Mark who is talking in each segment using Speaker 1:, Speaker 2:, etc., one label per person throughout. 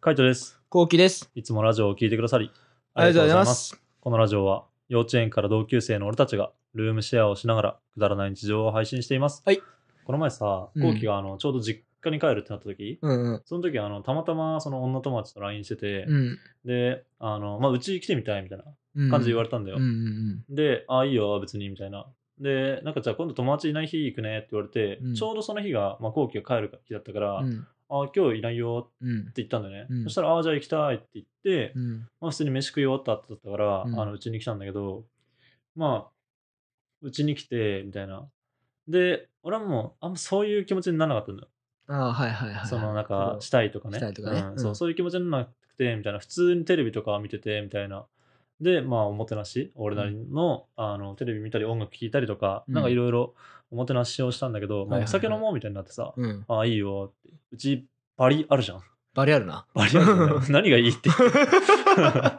Speaker 1: カイトです。
Speaker 2: こうきです。
Speaker 1: いつもラジオを聞いてくださり、
Speaker 2: ありがとうございま。す。
Speaker 1: このラジオは、幼稚園から同級生の俺たちが、ルームシェアをしながら、くだらない日常を配信しています。
Speaker 2: はい
Speaker 1: この前さ、
Speaker 2: うん
Speaker 1: 後期があのちょうど実家に帰るってなった時、
Speaker 2: うんうん。
Speaker 1: その時あのたまたまその女友達と LINE してて、
Speaker 2: うん
Speaker 1: で、あの、まあ、うち来てみたいみたいな
Speaker 2: うん。
Speaker 1: 感じで言わ
Speaker 2: れ
Speaker 1: れたんだよ。
Speaker 2: うんうん
Speaker 1: で、あ、いいよ、別に、みたいな。で、なんかじゃあ今度友達いない日行くねって言われて、
Speaker 2: うん
Speaker 1: ちょうどその日が、まあ、後期が帰る日だったから、
Speaker 2: うん。うん
Speaker 1: あ、今日いないよ
Speaker 2: うん
Speaker 1: って言ったんだよね。
Speaker 2: うん
Speaker 1: そしたら、あ、じゃあ行きたいって言って、
Speaker 2: うん。
Speaker 1: まあ、普通に飯食い終わった後だったから、
Speaker 2: うん
Speaker 1: あのうちに来たんだけど、まあ、うちに来て、みたいな。で、俺はもう、あんまそういう気持ちにならなかったんだよ。
Speaker 2: ああ、はいはいはいはい。
Speaker 1: その、なんか、したいとかね。
Speaker 2: したいとかね
Speaker 1: うん
Speaker 2: うん
Speaker 1: そうそういう気持ちにならなくて、みたいな。普通にテレビとか見てて、みたいな。で、まあ、おもてなし、俺なりの,、あのテレビ見たり、音楽聴いたりとか、
Speaker 2: うん
Speaker 1: なんかいろいろおもてなしをしたんだけど、ま
Speaker 2: はいはい
Speaker 1: あ、
Speaker 2: はい
Speaker 1: お酒飲もうみたいになってさ、
Speaker 2: うん。
Speaker 1: ああ、いいよって。うち、バリあるじゃん。
Speaker 2: バリあ るな。
Speaker 1: バリあるん だよ何がいいって言って。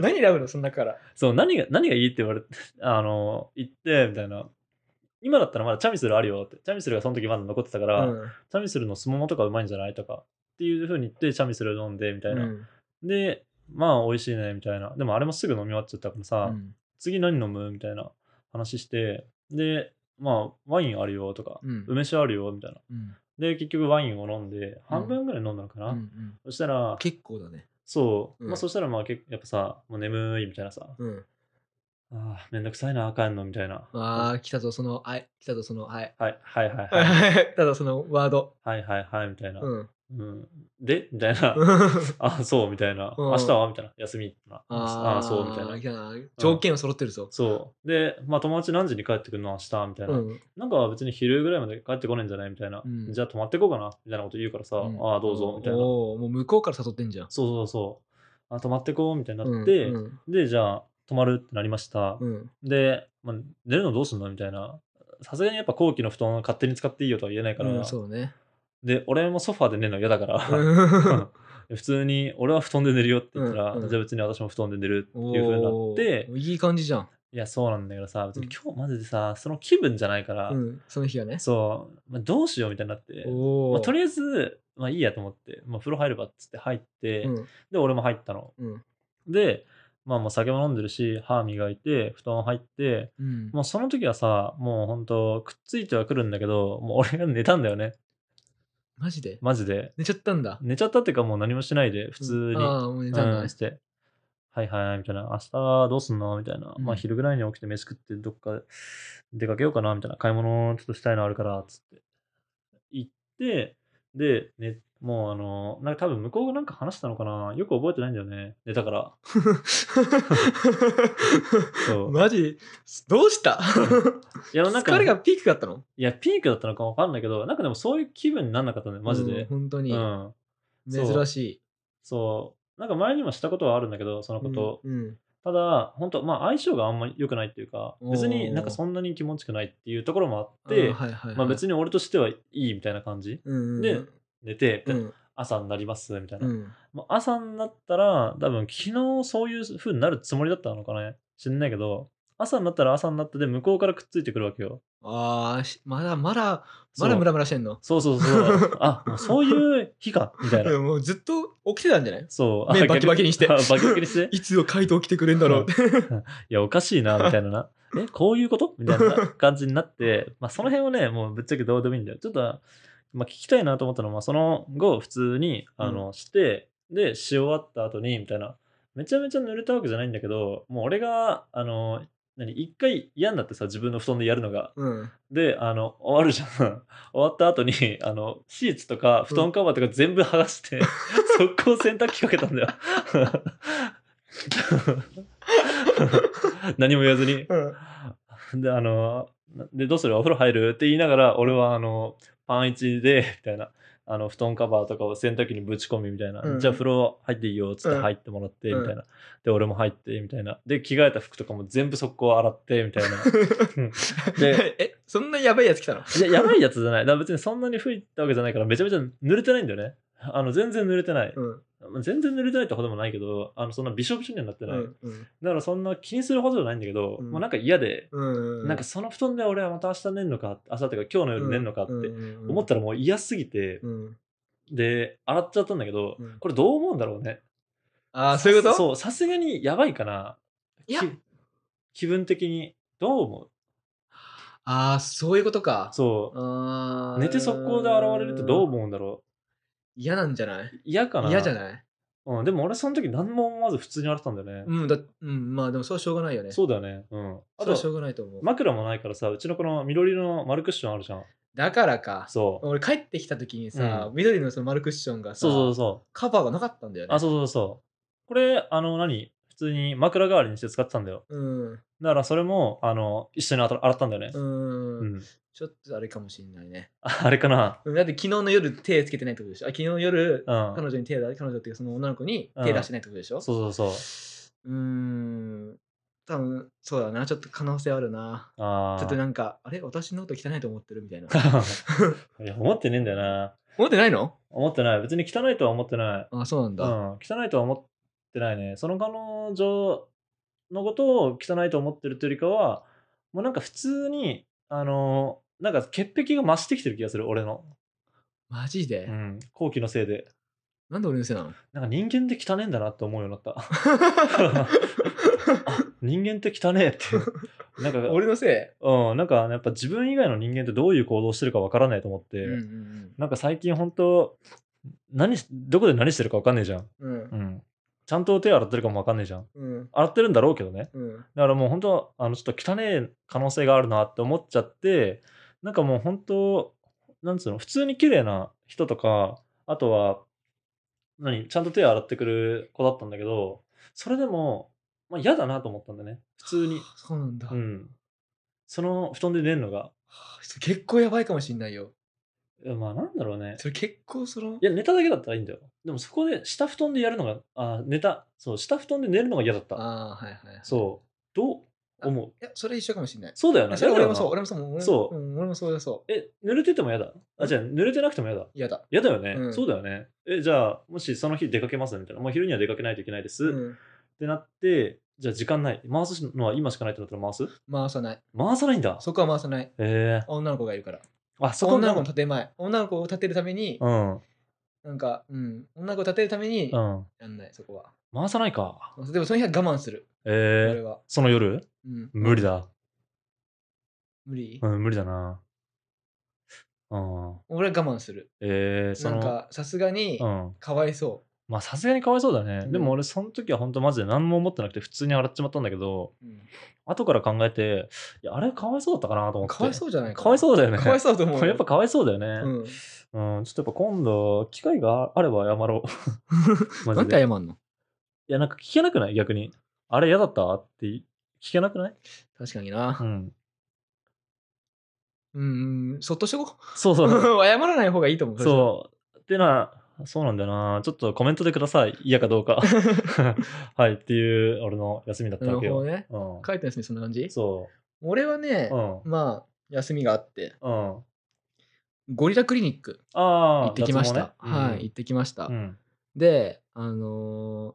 Speaker 2: 何選ぶのその中から。
Speaker 1: そう、何が、何がいいって言われ て、あの、言って、みたいな。今だったらまだチャミスルあるよって。チャミスルがその時まだ残ってたか
Speaker 2: う
Speaker 1: ら、
Speaker 2: ん。
Speaker 1: チャミスルのスモモとかうまいんじゃないとか。っていう風に言って、チャミスル飲んで、みたいな。
Speaker 2: うん
Speaker 1: で、まあ、美味しいね、みたいな。でも、あれもすぐ飲み終わっちゃったからさ、
Speaker 2: うん
Speaker 1: 次何飲むみたいな話して、で、まあ、ワインあるよとか、
Speaker 2: うん
Speaker 1: 梅酒あるよ、みたいな。
Speaker 2: うん
Speaker 1: で、結局ワインを飲んで、半分ぐらい飲んだのかな。
Speaker 2: うんうん
Speaker 1: そしたら、
Speaker 2: 結構だね。
Speaker 1: そう、
Speaker 2: うん
Speaker 1: まあそしたらまあ結構やっぱさ、もう眠いみたいなさ、
Speaker 2: うん。
Speaker 1: ああ、めんどくさいな、あかんのみたいな。
Speaker 2: ああ、来たぞ、その、はい。来たぞ、その、はい。
Speaker 1: はいはいはいはい。
Speaker 2: 来たぞ、そのワード。
Speaker 1: はいはいはいみたいな。
Speaker 2: うん。
Speaker 1: うん、でみたい な。 あそうみたいな。
Speaker 2: うん
Speaker 1: 明日はみたいな。休みな。ああ、そうみたいな。
Speaker 2: いな。条件揃ってるぞ。
Speaker 1: そう。で、まあ友達何時に帰ってくるの明日みたいうな。
Speaker 2: ん。
Speaker 1: なんか別に昼ぐらいまで帰ってこないんじゃないみたいな。
Speaker 2: うん
Speaker 1: じゃあ泊まってこうかなみたいなこと言うからさ、
Speaker 2: ん
Speaker 1: ああ、どうぞみたいな。そう
Speaker 2: おお、もう向こうから誘ってんじゃん。
Speaker 1: そうそう。あ泊まってこうみたいにな
Speaker 2: うん
Speaker 1: って、
Speaker 2: うん
Speaker 1: で、じゃあ泊まるってなりました。
Speaker 2: うん。
Speaker 1: で、まあ、寝るのどうすんのみたいな。さすがにやっぱ後期の布団を勝手に使っていいよとは言えないから、
Speaker 2: うん、そうね。
Speaker 1: で、俺もソファーで寝るの嫌だから、 普通に俺は布団で寝るよって言ったら、
Speaker 2: うんうん
Speaker 1: じゃあ別に私も布団で寝るっていう風になって、
Speaker 2: おーいい感じじゃん、
Speaker 1: いや、そうなんだけどさ、別に
Speaker 2: うん
Speaker 1: 今日マジでさ、その気分じゃないから、
Speaker 2: うん、その日はね
Speaker 1: そう、まあ、どうしようみたいになって、
Speaker 2: お
Speaker 1: まあと
Speaker 2: り
Speaker 1: りあえず、まあいいやと思って、まあ、風呂入ればっつって入って、
Speaker 2: うん
Speaker 1: で、俺も入ったの。
Speaker 2: うん
Speaker 1: で、まあもう酒も飲んでるし、歯磨いて、布団入って、
Speaker 2: うん
Speaker 1: もうその時はさ、もうほんと、くっついてはくるんだけど、もう俺が寝たんだよね。
Speaker 2: マジで
Speaker 1: マジで。
Speaker 2: 寝ちゃったんだ
Speaker 1: 寝ちゃったっていうか、もう何もしてないで、普通に。
Speaker 2: ああもう寝たんだ、
Speaker 1: うん、して。はいはい、みたいな。明日どうすんのみたいな。
Speaker 2: うん
Speaker 1: まあ昼ぐらいに起きて飯食ってどっか出かけようかなみたいな。買い物ちょっとしたいのあるから、つって。行って、で、ね、もうあの、なんか多分向こうがなんか話したのかなよく覚えてないんだよね。寝たから。 そう
Speaker 2: マジどうした
Speaker 1: いや、なんか、
Speaker 2: 疲れがピークだったの
Speaker 1: いや、ピークだったのかわかんないけど、なんかでもそういう気分にならなかったね、マジ
Speaker 2: うん
Speaker 1: で。
Speaker 2: 本当に、
Speaker 1: うん。そう
Speaker 2: 珍しい
Speaker 1: そう。なんか前にもしたことはあるんだけど、そのこと。
Speaker 2: うんうん
Speaker 1: ただ、本当まあ相性があんまり良くないっていうか、
Speaker 2: おー
Speaker 1: 別になんかそんなに気持ちくないっていうところもあって、
Speaker 2: あーはいはいはい
Speaker 1: まあ別に俺としてはいいみたいな感じ。
Speaker 2: うんうん
Speaker 1: で寝て、
Speaker 2: うん
Speaker 1: 朝になりますみたいな。
Speaker 2: うん
Speaker 1: まあ朝になったら、多分昨日そういう風になるつもりだったのかね。知んないけど、朝になったら朝になってで、向こうからくっついてくるわけよ。
Speaker 2: ああまだまだ
Speaker 1: そう
Speaker 2: まだムラムラしてんの
Speaker 1: そうそう そう。あ、もうそういう日か、みたいな。
Speaker 2: うんもうずっと起きてたんじゃない
Speaker 1: そう。
Speaker 2: 目
Speaker 1: あ
Speaker 2: バキバキにして
Speaker 1: 逆あバキバキにして。
Speaker 2: いつ回答来てくれんだろうって
Speaker 1: いや、おかしいな、みたいなな。え、こういうことみたいな感じになって、まあ、その辺をね、もうぶっちゃけどうでもいいんだよ。ちょっと、まあ、聞きたいなと思ったのは、まあ、その後、普通に、あの、して、で、し終わった後に、みたいな。めちゃめちゃ濡れたわけじゃないんだけど、もう俺が、あの、何、一回嫌になってさ、自分の布団でやるのが。
Speaker 2: うん
Speaker 1: で、あの、終わるじゃん。 終わった後に、あの、シーツとか、布団カバーとか全部剥が して、速攻洗濯機かけたんだよ。 何も言わずに。
Speaker 2: うん
Speaker 1: で、あの、で、どうするお風呂入るって言いながら、俺は、あの、パン1で、みたいな、あの、布団カバーとかを洗濯機にぶち込み、みたいな。
Speaker 2: うん
Speaker 1: じゃあ、風呂入っていいよ、つって
Speaker 2: うん
Speaker 1: 入ってもらって、
Speaker 2: うん
Speaker 1: みたいな。で、俺も入って、みたいな。で、着替えた服とかも全部速攻洗って、みたいな。で、
Speaker 2: え、そんなやばいやつ来たの
Speaker 1: いや、やばいやつじゃない。だから別にそんなに吹いたわけじゃないから、めちゃめちゃ濡れてないんだよね。あの、全然濡れてない。
Speaker 2: うん。
Speaker 1: 全然濡れてないってほどもないけど、あの、そんなびしょびしょにはなってない。
Speaker 2: うん。
Speaker 1: だからそんな気にするほどじゃないんだけど、
Speaker 2: うん
Speaker 1: もうなんか嫌で、
Speaker 2: うん。
Speaker 1: なんかその布団で俺はまた明日寝んのか、明日っていうか今日の夜寝んのかって
Speaker 2: うん、
Speaker 1: 思ったらもう嫌すぎて、
Speaker 2: うん。
Speaker 1: で、洗っちゃったんだけど、
Speaker 2: うん
Speaker 1: これどう思うんだろうね。
Speaker 2: ああ、そういうことう。
Speaker 1: そう、さすがにやばいかな。
Speaker 2: いや
Speaker 1: き、気分的に。どう思う
Speaker 2: ああ、そういうことか。
Speaker 1: そう。
Speaker 2: あー
Speaker 1: 寝て速攻で現れるってどう思うんだろ
Speaker 2: 嫌なんじゃないう
Speaker 1: 嫌かな
Speaker 2: 嫌じゃ
Speaker 1: い、
Speaker 2: ない
Speaker 1: うん、でも俺その時何も思わず普通に洗ったんだよね。
Speaker 2: うん、だうん、まあでもそれはしょうがないよね。
Speaker 1: そうだよね。うん。あ
Speaker 2: それはし
Speaker 1: と、
Speaker 2: ょうがないと思う。
Speaker 1: 枕もないからさ、うちのこの緑色の丸クッションあるじゃん。
Speaker 2: だからか。
Speaker 1: そう。
Speaker 2: 俺帰ってきた時にさ、緑のその丸クッションがさ、
Speaker 1: そうそうそ
Speaker 2: カバーがなかったんだよ
Speaker 1: う。
Speaker 2: ね。
Speaker 1: あ、そうそうそう。これ、あの、何普通に枕代わりにして使ってたんだよ。
Speaker 2: うん。
Speaker 1: だからそれも、あの、一緒に洗ったんだよね。
Speaker 2: うん。
Speaker 1: うん。
Speaker 2: ちょっとあれかもしんないね。
Speaker 1: ああれかな
Speaker 2: うんだって昨日の夜手つけてないってことでしょあ昨日の夜、
Speaker 1: うん。
Speaker 2: 彼女に手だ彼女っていうかその女の子に手出してないってことでしょ、
Speaker 1: そうそうそう。
Speaker 2: うーん。多分そうだな。ちょっと可能性あるな。
Speaker 1: ああ。
Speaker 2: ちょっとなんか、あれ私のこと汚いと思ってるみたいな。
Speaker 1: いや、思ってねえんだよな。
Speaker 2: 思ってないの
Speaker 1: 思ってない。別に汚いとは思ってない。
Speaker 2: あ、そうなん
Speaker 1: う
Speaker 2: だ。
Speaker 1: ん。汚いとは思ってないね。その彼女のことを汚いと思ってるというよりかは、もうなんか普通に、あの、なんか潔癖が増してきてる気がする、俺の。
Speaker 2: マジで、
Speaker 1: うん。後期のせいで。
Speaker 2: なんで俺のせいなの
Speaker 1: なんか人間って汚ねえんだなって思うようになった。 あ人間って汚ねえって。なんか、
Speaker 2: 俺のせ
Speaker 1: うん、なんかやっぱ自分以外の人間ってどういう行動をしてるかわからないと思って、
Speaker 2: い、うん
Speaker 1: なんか最近本当何しどこで何してるかわかんねえじゃん、
Speaker 2: うんうん。
Speaker 1: うん、ちゃんと手洗ってるかもわかんねえじゃん
Speaker 2: うん。
Speaker 1: 洗ってるんだろうけどね
Speaker 2: うん。
Speaker 1: だからもう本当あのちょっと汚え可能性があるなって思っちゃってなんかもう本当なんつうの普通に綺麗な人とかあとは何ちゃんと手洗ってくる子だったんだけどそれでも、まあ、嫌だなと思ったんだね普通に
Speaker 2: そうなんだ。
Speaker 1: うん、その布団で寝るのが、
Speaker 2: はあそれ結構やばいかもしんないよ。
Speaker 1: いやまあなんだろうね。
Speaker 2: それ結構その
Speaker 1: い、や、寝ただけだったらいいんだよ。でもそこで下布団でやるのが、あ、寝た、そう、下布団で寝るのが嫌だった。
Speaker 2: ああ、はいはい。
Speaker 1: そう。どう
Speaker 2: あ
Speaker 1: 思う
Speaker 2: いや、それ一緒かもしんない。
Speaker 1: そうだよな。
Speaker 2: それ
Speaker 1: 嫌だ
Speaker 2: 俺
Speaker 1: よ
Speaker 2: も
Speaker 1: な
Speaker 2: そう、俺もそう、俺も
Speaker 1: そう
Speaker 2: うん俺もそうだそ
Speaker 1: え、濡れてても嫌だ。あ、じゃあ濡れてなくても嫌だ。
Speaker 2: う。嫌だ。
Speaker 1: 嫌だよね、
Speaker 2: うん
Speaker 1: そうだよね。え、じゃあ、もしその日出かけますみたいな。もう昼には出かけないといけないです。
Speaker 2: う
Speaker 1: っ
Speaker 2: ん。
Speaker 1: てなって、じゃあ時間ない。回すのは今しかないってなったら回す
Speaker 2: 回さない。
Speaker 1: 回さないんだ。
Speaker 2: そこは回さない。
Speaker 1: ええ
Speaker 2: 女の子がいるから。
Speaker 1: あ、そこ
Speaker 2: 女の
Speaker 1: な
Speaker 2: 子の建前。女の子を立てるために、
Speaker 1: うん。
Speaker 2: なんか、うん。女の子を立てるために、
Speaker 1: うん。
Speaker 2: やんない、そこは。
Speaker 1: 回さないか。
Speaker 2: でもその日は我慢する。
Speaker 1: ええ
Speaker 2: 俺は。
Speaker 1: その夜
Speaker 2: うん。
Speaker 1: 無理だ。
Speaker 2: 無理、
Speaker 1: うん、無理だな。うん。
Speaker 2: 俺は我慢する。
Speaker 1: えー、そ
Speaker 2: なん
Speaker 1: の、
Speaker 2: か、さすがに
Speaker 1: う、ん。
Speaker 2: かわいそ
Speaker 1: まあ、さすがにかわいそうだね。
Speaker 2: うん
Speaker 1: でも俺、その時は本当マジで何も思ってなくて、普通に洗っちまったんだけど、
Speaker 2: う。うん
Speaker 1: 後から考えて、いや、あれかわいそうだったかなと思って。
Speaker 2: かわいそうじゃない
Speaker 1: かわい
Speaker 2: だ
Speaker 1: そうだよね。
Speaker 2: かわいそうだと思うよ。
Speaker 1: やっぱかわいそうだよね。
Speaker 2: うん。
Speaker 1: うん、ちょっとやっぱ今度、機会があれば謝ろ う。マ
Speaker 2: なん
Speaker 1: ジ
Speaker 2: て
Speaker 1: で。
Speaker 2: 謝んの
Speaker 1: いや、なんか聞けなくない逆に。あれ嫌だったって聞けなくない
Speaker 2: 確かに
Speaker 1: う
Speaker 2: な。
Speaker 1: ん。
Speaker 2: うん、うん、そっとしてこ。
Speaker 1: そうそう う。
Speaker 2: 謝らない方がいいと思う。
Speaker 1: そう。ってな、そうなんだよな。ちょっとコメントでください。嫌かど うか。 はい。っていう、俺の休みだった
Speaker 2: なる
Speaker 1: わ
Speaker 2: ほ
Speaker 1: けよ。
Speaker 2: どね。
Speaker 1: うん。
Speaker 2: 書いてますね、そんな感じ
Speaker 1: そ
Speaker 2: 俺はね
Speaker 1: う。う、ん。
Speaker 2: まあ、休みがあって、
Speaker 1: うん。
Speaker 2: ゴリラクリニック
Speaker 1: ああ。
Speaker 2: 行ってきました。
Speaker 1: 脱毛ね
Speaker 2: はい、行ってきました
Speaker 1: う。ん。
Speaker 2: で、あのー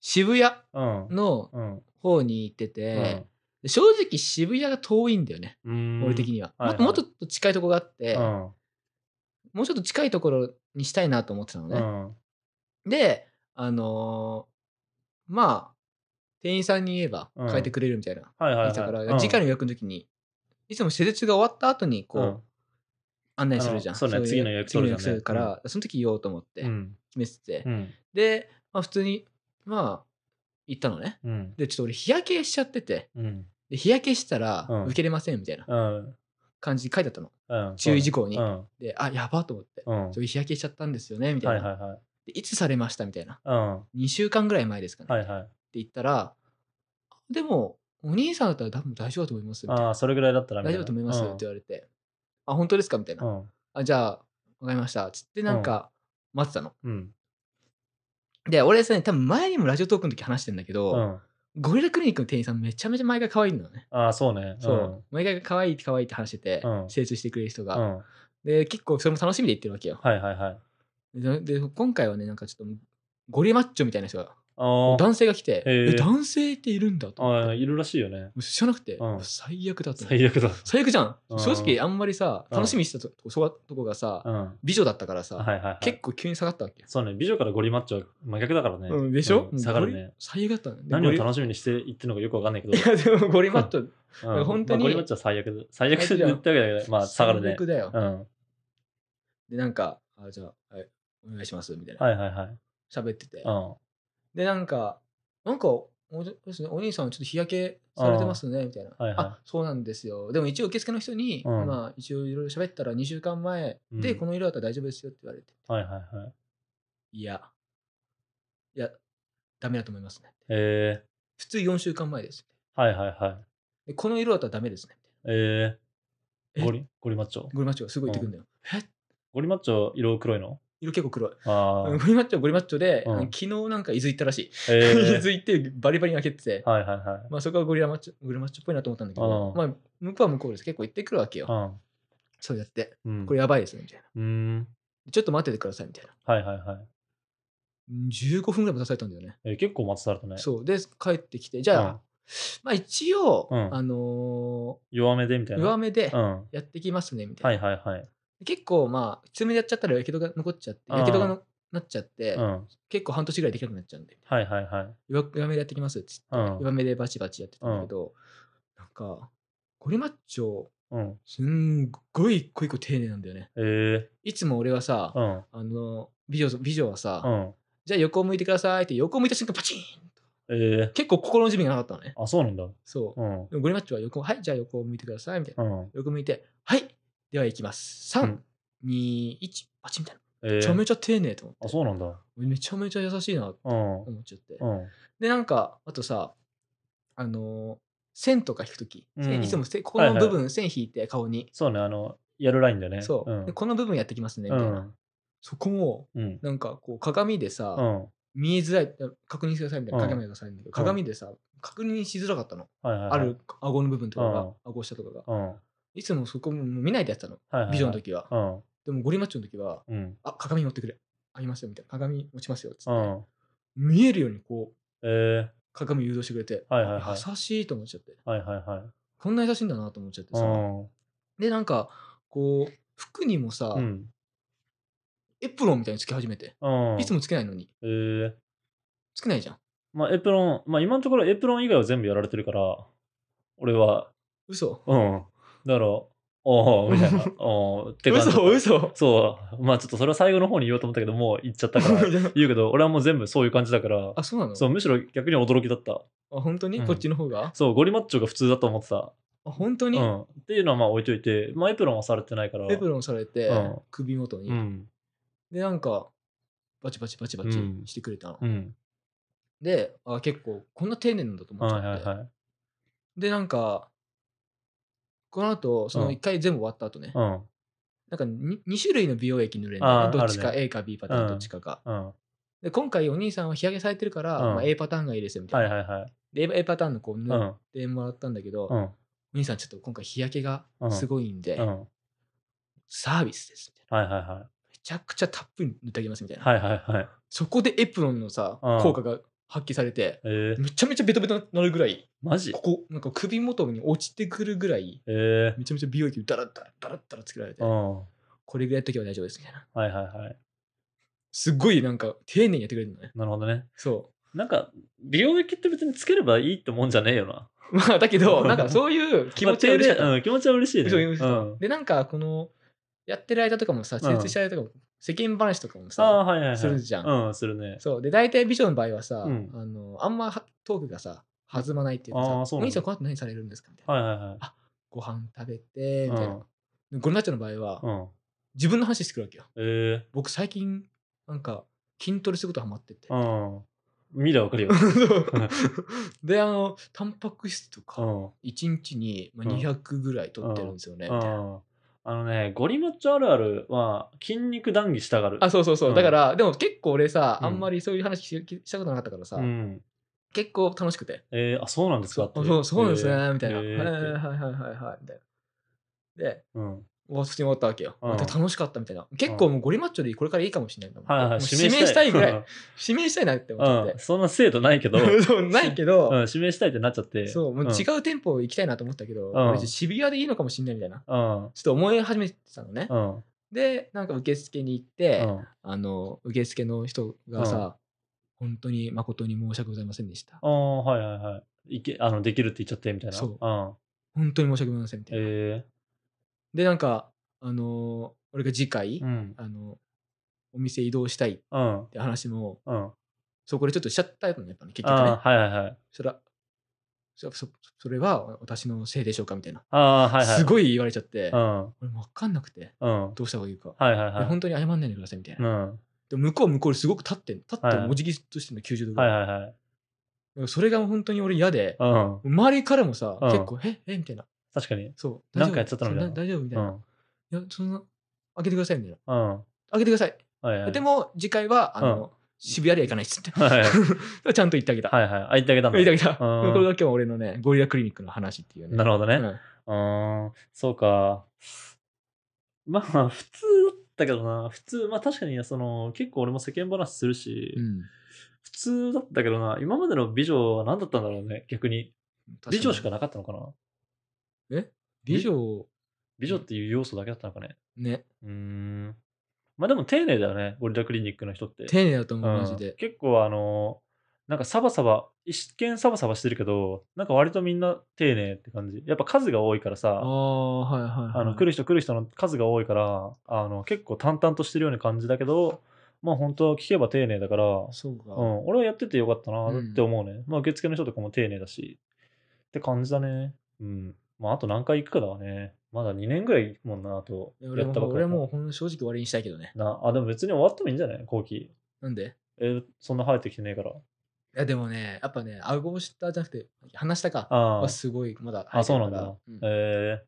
Speaker 2: 渋谷
Speaker 1: うん。
Speaker 2: の
Speaker 1: うん。
Speaker 2: 方に行ってて、で正直渋谷が遠いんだよね、
Speaker 1: うん。
Speaker 2: 俺的には。
Speaker 1: はい
Speaker 2: もっ
Speaker 1: はい
Speaker 2: ともっと近いとこがあって、
Speaker 1: うん。
Speaker 2: もうちょっと近いところにしたいなと思ってたの
Speaker 1: う
Speaker 2: ね。
Speaker 1: ん。
Speaker 2: で、あのーまあ、店員さんに言えば
Speaker 1: うん
Speaker 2: 変えてくれるみたいな。
Speaker 1: はいはい
Speaker 2: 言
Speaker 1: は
Speaker 2: っ
Speaker 1: い。
Speaker 2: てたから、
Speaker 1: うん
Speaker 2: 次回の予約の時に、いつも施術が終わった後に、こう、
Speaker 1: うん
Speaker 2: 案内するじゃん。
Speaker 1: あのそうね
Speaker 2: い
Speaker 1: 次の予約
Speaker 2: 次の
Speaker 1: 取
Speaker 2: 予
Speaker 1: る
Speaker 2: 約
Speaker 1: じゃ
Speaker 2: す
Speaker 1: んね
Speaker 2: るから、その時言おうと思って
Speaker 1: う
Speaker 2: 決
Speaker 1: ん。
Speaker 2: めてて。
Speaker 1: うん。
Speaker 2: で、まあ、普通に、まあ、行ったのね。
Speaker 1: うん。
Speaker 2: で、ちょっと俺、日焼けしちゃってて、
Speaker 1: うん。
Speaker 2: で日焼けしたら
Speaker 1: うん
Speaker 2: 受けれませんみたいな
Speaker 1: うん。
Speaker 2: 感じに書いてあったの。
Speaker 1: うん。
Speaker 2: 注意事項に
Speaker 1: うん。
Speaker 2: で、あ、やばと思って。
Speaker 1: うん。は
Speaker 2: ちょ日焼けしちゃったんですよね、み
Speaker 1: い
Speaker 2: たい
Speaker 1: は
Speaker 2: な。
Speaker 1: いはい。
Speaker 2: でいつされましたみたいな。
Speaker 1: うん。
Speaker 2: 2週間ぐらい前ですかね。
Speaker 1: はいはい。
Speaker 2: って言ったら、でも、お兄さんだったら多分大丈夫だと思いますみたい
Speaker 1: あ
Speaker 2: な。
Speaker 1: あ、それぐらいだったらみた
Speaker 2: 大
Speaker 1: い
Speaker 2: 丈夫
Speaker 1: な。
Speaker 2: だと思いますって言われて、あ、本当ですかみたいな。
Speaker 1: うん。
Speaker 2: あ、じゃあ、わかりました。つって、なんか、待ってたの。
Speaker 1: うん。
Speaker 2: で、俺ですね、多分前にもラジオトークの時話してんだけ
Speaker 1: う
Speaker 2: ど、
Speaker 1: ん。
Speaker 2: ゴリラクリニックの店員さんめちゃめちゃ毎回可愛いんだよね。
Speaker 1: ああ、そうね。
Speaker 2: そう。毎回可愛いって可愛いって話してて
Speaker 1: う、ん
Speaker 2: 精通してくれる人
Speaker 1: うん。う
Speaker 2: が。
Speaker 1: ん。
Speaker 2: で、結構それも楽しみで言ってるわけよ。
Speaker 1: はいはいはい。
Speaker 2: で、で今回はね、なんかちょっと、ゴリマッチョみたいな人が
Speaker 1: あ
Speaker 2: 男性が来て、
Speaker 1: へー
Speaker 2: え男性っているんだと
Speaker 1: あ。
Speaker 2: 思っ
Speaker 1: あ
Speaker 2: て
Speaker 1: あ、いるらしいよね。
Speaker 2: 知らなくて、
Speaker 1: うん
Speaker 2: 最悪だと思って
Speaker 1: 最悪だ。
Speaker 2: 最悪じゃん
Speaker 1: うん
Speaker 2: 正直あんまりさ
Speaker 1: うん
Speaker 2: 楽しみにしてたとこそことこがさ
Speaker 1: うん。はい
Speaker 2: 美女だったからさ、
Speaker 1: はいはい。
Speaker 2: 結構急に下がったわけよ、
Speaker 1: そうね、美女からゴリマッチョは真逆だからね。
Speaker 2: うん、でしょ、
Speaker 1: うん下がるね。
Speaker 2: 最悪だったねで
Speaker 1: 何を楽
Speaker 2: ゴ
Speaker 1: しみにしていってるのかよくわかんないけど
Speaker 2: リ。 いやでもゴリマット
Speaker 1: うん
Speaker 2: 本当
Speaker 1: まあ
Speaker 2: に
Speaker 1: ゴリマッチョは最悪だ。最悪
Speaker 2: 最
Speaker 1: って
Speaker 2: 悪だよ
Speaker 1: 言ったわけだけど、まあ下がる
Speaker 2: 最
Speaker 1: ね。
Speaker 2: 悪だよ、
Speaker 1: うん。
Speaker 2: でなんかあじゃあ、はい、お願いしますみたいな
Speaker 1: はいはいはい。
Speaker 2: 喋、ってて、
Speaker 1: うん。
Speaker 2: でなんかなんかおですね、お兄さんちょっと日焼けされてますねみたいな、
Speaker 1: はいはい
Speaker 2: あそうなんですよでも一応受付の人に、
Speaker 1: うん
Speaker 2: まあ一応いろいろ喋ったら2週間前で、
Speaker 1: うん
Speaker 2: この色だったら大丈夫ですよって言われて
Speaker 1: はいはいはい。
Speaker 2: いやいやダメだと思いますね
Speaker 1: え
Speaker 2: 普通4週間前です
Speaker 1: ー、はいはいはい。
Speaker 2: でこの色だったらダメですね
Speaker 1: えー、
Speaker 2: え
Speaker 1: ゴリゴリマッチョ。
Speaker 2: ゴリマッチョがすごい言ってくるんだよ、え
Speaker 1: ゴリマッチョ色黒いの
Speaker 2: 色結構黒い
Speaker 1: あ
Speaker 2: ゴ
Speaker 1: あ。
Speaker 2: リマッチョはゴリマッチョで、
Speaker 1: うん
Speaker 2: あの昨日なんか伊豆行ったらし い、
Speaker 1: え
Speaker 2: 伊
Speaker 1: ー、
Speaker 2: 豆行ってバリバリに開けてて、
Speaker 1: はいはいはい。
Speaker 2: まあ、そこはゴリラマッチョゴリマッチョっぽいなと思ったんだけど、
Speaker 1: うん
Speaker 2: まあ、向こうは向こうです結構行ってくるわけよ、そうやって
Speaker 1: うん。うん
Speaker 2: これやばいですねみたいな
Speaker 1: うん。
Speaker 2: ちょっと待っててくださいみたいな
Speaker 1: はいはいはい。
Speaker 2: 15分ぐらい待たされたんだよね
Speaker 1: えー結構待つされたね。
Speaker 2: そうで帰ってきてじゃあ、
Speaker 1: うん
Speaker 2: まあ一応、
Speaker 1: うん
Speaker 2: あの
Speaker 1: 弱めでみた
Speaker 2: ー
Speaker 1: いな。
Speaker 2: 弱めで
Speaker 1: うん。は
Speaker 2: やってきますねみたいな、
Speaker 1: いはいはい。
Speaker 2: 結構まあきつめでやっちゃったらやけどが残っちゃって
Speaker 1: うん
Speaker 2: やけどがのなっちゃって、
Speaker 1: うん。はい
Speaker 2: 結構半年ぐらいできなくなっちゃうんで
Speaker 1: はいはい。
Speaker 2: 弱弱めでやってきますっつって
Speaker 1: うん。
Speaker 2: 弱めでバチバチやってたんだけど、なんかゴリマッチョ
Speaker 1: うん。
Speaker 2: すんごい一個一個丁寧なんだよね
Speaker 1: えー、
Speaker 2: いつも俺はさ、
Speaker 1: うん。
Speaker 2: あの美女美女はさ、
Speaker 1: うん。
Speaker 2: じゃあ横を向いてくださいって横を向いた瞬間パチン
Speaker 1: えー、
Speaker 2: 結構心の準備がなかったのね
Speaker 1: あ、そうなんだ。
Speaker 2: そう、
Speaker 1: うん。
Speaker 2: でもゴリマッチョは横はいじゃあ横を向いてくださいみたいな、
Speaker 1: うん。
Speaker 2: 横向いてはいでは行きます
Speaker 1: う
Speaker 2: 321
Speaker 1: ん、
Speaker 2: 二一パチンみたいな
Speaker 1: え
Speaker 2: めちゃ
Speaker 1: ー、
Speaker 2: めちゃ丁寧と思って
Speaker 1: あ、そうなんだ。
Speaker 2: めちゃめちゃ優しいなと
Speaker 1: うん。
Speaker 2: 思っちゃって、
Speaker 1: うん。
Speaker 2: でなんかあとさあのー線とか引くとき、線
Speaker 1: うん
Speaker 2: いつもせここの
Speaker 1: はいはい
Speaker 2: 部分線引いて顔に、
Speaker 1: そうね、あの、やるラインだね。
Speaker 2: そう、
Speaker 1: うん
Speaker 2: で。この部分やってきますね
Speaker 1: う
Speaker 2: みたいな、
Speaker 1: ん。
Speaker 2: そこも
Speaker 1: うん。
Speaker 2: なんかこう鏡でさ、
Speaker 1: うん。
Speaker 2: 見えづらい確認してくださいみたいな
Speaker 1: うん
Speaker 2: 鏡でくださいみたいな鏡でさ確認しづらかったの、
Speaker 1: はいはいはい。
Speaker 2: ある顎の部分とかが、
Speaker 1: うん
Speaker 2: 顎下とかが
Speaker 1: うん。はい
Speaker 2: つもそこも見ないでやってたの
Speaker 1: いはい。
Speaker 2: ビジョンの。時は、
Speaker 1: うん。
Speaker 2: でもゴリマッチョの時は
Speaker 1: うん。
Speaker 2: あ鏡持ってくれありますよみたいな鏡持ちますよっつって、
Speaker 1: うん。
Speaker 2: 見えるようにこう
Speaker 1: え
Speaker 2: 鏡誘導してくれて、
Speaker 1: はいはいはい
Speaker 2: 優しいと思っちゃって
Speaker 1: ー、はいはいはい。
Speaker 2: こんな優しいんだなと思っちゃってさ、
Speaker 1: う
Speaker 2: でなんかこう服にもさ、
Speaker 1: ん。
Speaker 2: エプロンみたいにつけ始めて、
Speaker 1: うん。
Speaker 2: いつもつけないのに
Speaker 1: えー、
Speaker 2: つけないじゃん
Speaker 1: まあエプロン、まあ今のところエプロン以外は全部やられてるから、俺は、
Speaker 2: 嘘
Speaker 1: うん。だから、おおみたい な。おおって感じ。
Speaker 2: 嘘嘘。
Speaker 1: そう。まあちょっとそれは最後の方に言おうと思ったけど、もう言っちゃったから
Speaker 2: 嘘
Speaker 1: 言うけど、俺はもう全部そういう感じだから、
Speaker 2: あそうなの
Speaker 1: そう、むしろ逆に驚きだった。
Speaker 2: あ本当に、
Speaker 1: うん
Speaker 2: こっちの方が
Speaker 1: そう、ゴリマッチョが普通だと思ってた。
Speaker 2: あ本当
Speaker 1: う
Speaker 2: に、
Speaker 1: ん。っていうのはまあ置いといて、まあエプロンはされてないから。
Speaker 2: エプロンされて、
Speaker 1: うん
Speaker 2: 首元に、
Speaker 1: うん。
Speaker 2: でなんかバチバチバチバチ
Speaker 1: うん
Speaker 2: してくれたの、
Speaker 1: うん。
Speaker 2: であ結構こんな丁寧なんだと思っちゃ
Speaker 1: は
Speaker 2: っ
Speaker 1: い
Speaker 2: て、
Speaker 1: はいはい。
Speaker 2: でなんかこの後その1回全部終わった後ね、
Speaker 1: うん。
Speaker 2: なんか 2, 種類の美容液塗れるんだ
Speaker 1: あ
Speaker 2: よ
Speaker 1: ー
Speaker 2: ねどっち
Speaker 1: あ
Speaker 2: か
Speaker 1: る
Speaker 2: A か B パターンどっちかが、
Speaker 1: うん。は
Speaker 2: で今回お兄さんは日焼けされてるから、
Speaker 1: うん
Speaker 2: まあ、A パターンがいいですよみ
Speaker 1: い
Speaker 2: たい
Speaker 1: はい
Speaker 2: な、
Speaker 1: はい。
Speaker 2: で A パターンのこう
Speaker 1: う
Speaker 2: 塗っ
Speaker 1: ん。
Speaker 2: てもらったんだけど、
Speaker 1: うん。
Speaker 2: お兄さんちょっと今回日焼けがすごいんで、
Speaker 1: うん。
Speaker 2: サービスですみたいな
Speaker 1: はいはいは
Speaker 2: めちゃくちゃたっぷり塗ってあげますみたい
Speaker 1: い。
Speaker 2: な、
Speaker 1: はいはいはい。
Speaker 2: そこでエプロンのさ、
Speaker 1: うん
Speaker 2: 効果が発揮されて、
Speaker 1: えー、
Speaker 2: めちゃめちゃベトベトになるぐらい、
Speaker 1: マジ
Speaker 2: ここ、なんか首元に落ちてくるぐらい、
Speaker 1: え
Speaker 2: めちゃめちゃ美容液をダラッダラッダラッダラつけられて
Speaker 1: ー、う、ん。は
Speaker 2: これぐらいやっとけば大丈夫ですみたいな。
Speaker 1: いはいはい。
Speaker 2: すっごいなんか丁寧にやってくれるのね。
Speaker 1: なるほどね。
Speaker 2: そ
Speaker 1: なんか、美容液って別につければいいってもんじゃねえよな。
Speaker 2: う。 まあだけど、なんかそういう気持ちが嬉しかった
Speaker 1: まあ丁寧うん、気持ちは嬉しいね。
Speaker 2: そう嬉し
Speaker 1: う
Speaker 2: かった
Speaker 1: ん。
Speaker 2: で、なんかこの、やってる間とかもさ、
Speaker 1: うん
Speaker 2: 手術した間とかも、世間話とかも
Speaker 1: あ
Speaker 2: さ、
Speaker 1: あ、はいはいはい。
Speaker 2: するじゃん
Speaker 1: うん、するね。
Speaker 2: そう。で、大体美女の場合はさ、
Speaker 1: うん
Speaker 2: あの、あんまはトークがさ、弾まないっていうか
Speaker 1: あー
Speaker 2: さ、
Speaker 1: そう
Speaker 2: お
Speaker 1: なんだ
Speaker 2: 兄さんこの後何されるんですかみたいな。
Speaker 1: はいはいはい。
Speaker 2: ご飯食べて、み
Speaker 1: う
Speaker 2: たいな。
Speaker 1: ん。
Speaker 2: ゴリマッチョの場合は、
Speaker 1: うん。
Speaker 2: 自分の話してくるわけよ。
Speaker 1: え
Speaker 2: 僕最近、なんか、筋トレすることハマってて。
Speaker 1: ー、うん。見りゃわかるよ。
Speaker 2: で、あの、タンパク質と
Speaker 1: う
Speaker 2: か、
Speaker 1: ん。
Speaker 2: 1日にまあ
Speaker 1: うん
Speaker 2: 200ぐらい取ってるんですよね。
Speaker 1: う。
Speaker 2: みたいなん
Speaker 1: あのね、ゴリマッチョあるあるは筋肉談義したがる。
Speaker 2: あ、そうそうそうう。
Speaker 1: ん
Speaker 2: だから、でも結構俺さ、
Speaker 1: うん
Speaker 2: あんまりそういう話ししたことなかったからさ
Speaker 1: う、ん。
Speaker 2: 結構楽しくて。
Speaker 1: えー、あ、そうなんですか
Speaker 2: そ
Speaker 1: って
Speaker 2: うそうそうです
Speaker 1: えー
Speaker 2: ね、みたいな。
Speaker 1: え
Speaker 2: はい
Speaker 1: ー
Speaker 2: はいはいはいはいはい、みたいな。で、
Speaker 1: うん。
Speaker 2: 終わってもらったわけよ。
Speaker 1: うん
Speaker 2: また楽しかったみたいな。結構もうゴリマッチョでこれからいいかもしれないんだもん。
Speaker 1: はいはい、
Speaker 2: もう指名したいぐらい。
Speaker 1: う
Speaker 2: 指名したいなって思っ
Speaker 1: ん、そんな制度ない けど、
Speaker 2: て。そうないけど、
Speaker 1: うん、指名したいってなっちゃって。
Speaker 2: そう、もう違う店舗行きたいなと思ったけど、
Speaker 1: ん
Speaker 2: 俺渋谷でいいのかもしれないみたいな。
Speaker 1: うん。うん。
Speaker 2: ちょっと思い始めてたのね。
Speaker 1: うん。
Speaker 2: で、なんか受付に行って、
Speaker 1: うん
Speaker 2: あの、受付の人がさ、本当に誠に申し訳ございませんでした。
Speaker 1: ああ、はいはいはい。いけ、あの、できるって言っちゃって、みたいな。。
Speaker 2: そうん本当に申し訳ございませんみたいな。
Speaker 1: え
Speaker 2: で、なんか、あの、俺が次回、
Speaker 1: えうん。
Speaker 2: あの、お店移動したいっ
Speaker 1: うん。
Speaker 2: て話も、
Speaker 1: うん。
Speaker 2: そこでちょっとしちゃったのね、やっぱね、結局ね
Speaker 1: あ。あー、はいはいはい。
Speaker 2: そらそそそれは私のせいでしょうかみたいな、
Speaker 1: ああ、はいはい。
Speaker 2: す
Speaker 1: い。
Speaker 2: ごい言われちゃって、
Speaker 1: うん。うん。
Speaker 2: 俺も分かんなくて
Speaker 1: はい
Speaker 2: どうした方がいいか、
Speaker 1: はいはい。
Speaker 2: 本当に謝んないでくださいみたいな、
Speaker 1: うん。
Speaker 2: でも向こうは向こうですごく立ってん立って
Speaker 1: はいはい
Speaker 2: もじぎとしてんの90度ぐ
Speaker 1: は
Speaker 2: ら
Speaker 1: い
Speaker 2: い、
Speaker 1: はいはい。
Speaker 2: でもそれが本当に俺嫌で、
Speaker 1: うん。
Speaker 2: 周りからもさ、
Speaker 1: うん
Speaker 2: 結構ええみたいな
Speaker 1: 確かに。
Speaker 2: そう
Speaker 1: なんかやっちゃったの
Speaker 2: み
Speaker 1: みたいな
Speaker 2: 大丈夫み
Speaker 1: う
Speaker 2: たい
Speaker 1: ん
Speaker 2: な、。いやそんな開けてくださいみたいな
Speaker 1: うん。は
Speaker 2: 開けてください、
Speaker 1: いはい。
Speaker 2: で、も次回はあの、渋谷では行かないっつって、
Speaker 1: はい
Speaker 2: ちゃんと言ってあげた、
Speaker 1: はいはい。あ、言ってあげたんだ。
Speaker 2: 言ってあげた、
Speaker 1: うん
Speaker 2: これが今日俺のねゴリラクリニックの話っていうね
Speaker 1: なるほどね。
Speaker 2: うん
Speaker 1: うーん、そうか。まあ、普通だったけどな。普通、まあ確かに、その、結構俺も世間話するし、
Speaker 2: うん
Speaker 1: 普通だったけどな。今までの美女は何だったんだろうね、逆に。美女しか
Speaker 2: な
Speaker 1: なかったのかな
Speaker 2: 美女
Speaker 1: 美女っていう要素だけだったのかね。
Speaker 2: ね
Speaker 1: うーん。まあでも丁寧だよね、ゴリラクリニックの人って。
Speaker 2: 丁寧だと思う、
Speaker 1: うん
Speaker 2: マジで
Speaker 1: 結構あの、なんかサバサバ、一見サバサバしてるけど、なんか割とみんな丁寧って感じ。やっぱ数が多いからさ
Speaker 2: あ、あはいはいはい
Speaker 1: あの来る人来る人の数が多いからあの結構淡々としてるような感じだけどまあ本当は聞けば丁寧だから、う
Speaker 2: そうか、
Speaker 1: ん、俺はやっててよかったな
Speaker 2: うん
Speaker 1: って思うね、まあ受付の人とかも丁寧だしって感じだねうんまああと何回行くかだわねまだ2年ぐらい行くもんなあと
Speaker 2: いや俺
Speaker 1: やったば
Speaker 2: も
Speaker 1: っか
Speaker 2: 俺
Speaker 1: だから
Speaker 2: もうほんと正直終わりにしたいけどね
Speaker 1: なあでも別に終わってもいいんじゃない後期
Speaker 2: なんで
Speaker 1: えそんな生えてきてねえから
Speaker 2: いやでもねやっぱね顎下じゃなくて話したか
Speaker 1: あ
Speaker 2: は
Speaker 1: あ
Speaker 2: すごいまだ
Speaker 1: あそうなん
Speaker 2: 生えてる
Speaker 1: だ、
Speaker 2: からうん
Speaker 1: ええ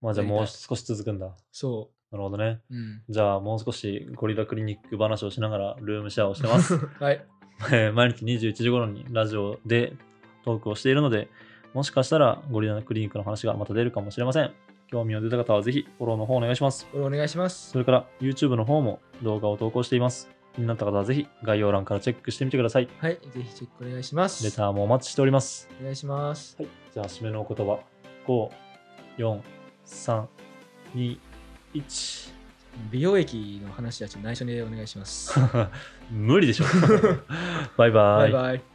Speaker 1: まあじゃあ
Speaker 2: や
Speaker 1: もう
Speaker 2: りた
Speaker 1: 少し続くんだ
Speaker 2: そ
Speaker 1: なるほどね
Speaker 2: ううん
Speaker 1: じゃあもう少しゴリラクリニック話をしながらルームシェアをしてます
Speaker 2: はい
Speaker 1: えー毎日21時頃にラジオでトークをしているので、もしかしたらゴリラクリニックの話がまた出るかもしれません。興味を出た方はぜひフォローの方お願いします。
Speaker 2: これお願いします
Speaker 1: それから YouTube の方も動画を投稿しています。気になった方はぜひ概要欄からチェックしてみてください。
Speaker 2: はいぜひチェックお願いします
Speaker 1: レターもお待ちしております。
Speaker 2: お願いします
Speaker 1: はい、じゃあ締めのお言葉。5、4、3、2、1。
Speaker 2: 美容液 の話はちょっと内緒でお願いします
Speaker 1: 無理でしょ。バイバイ。
Speaker 2: バイバイ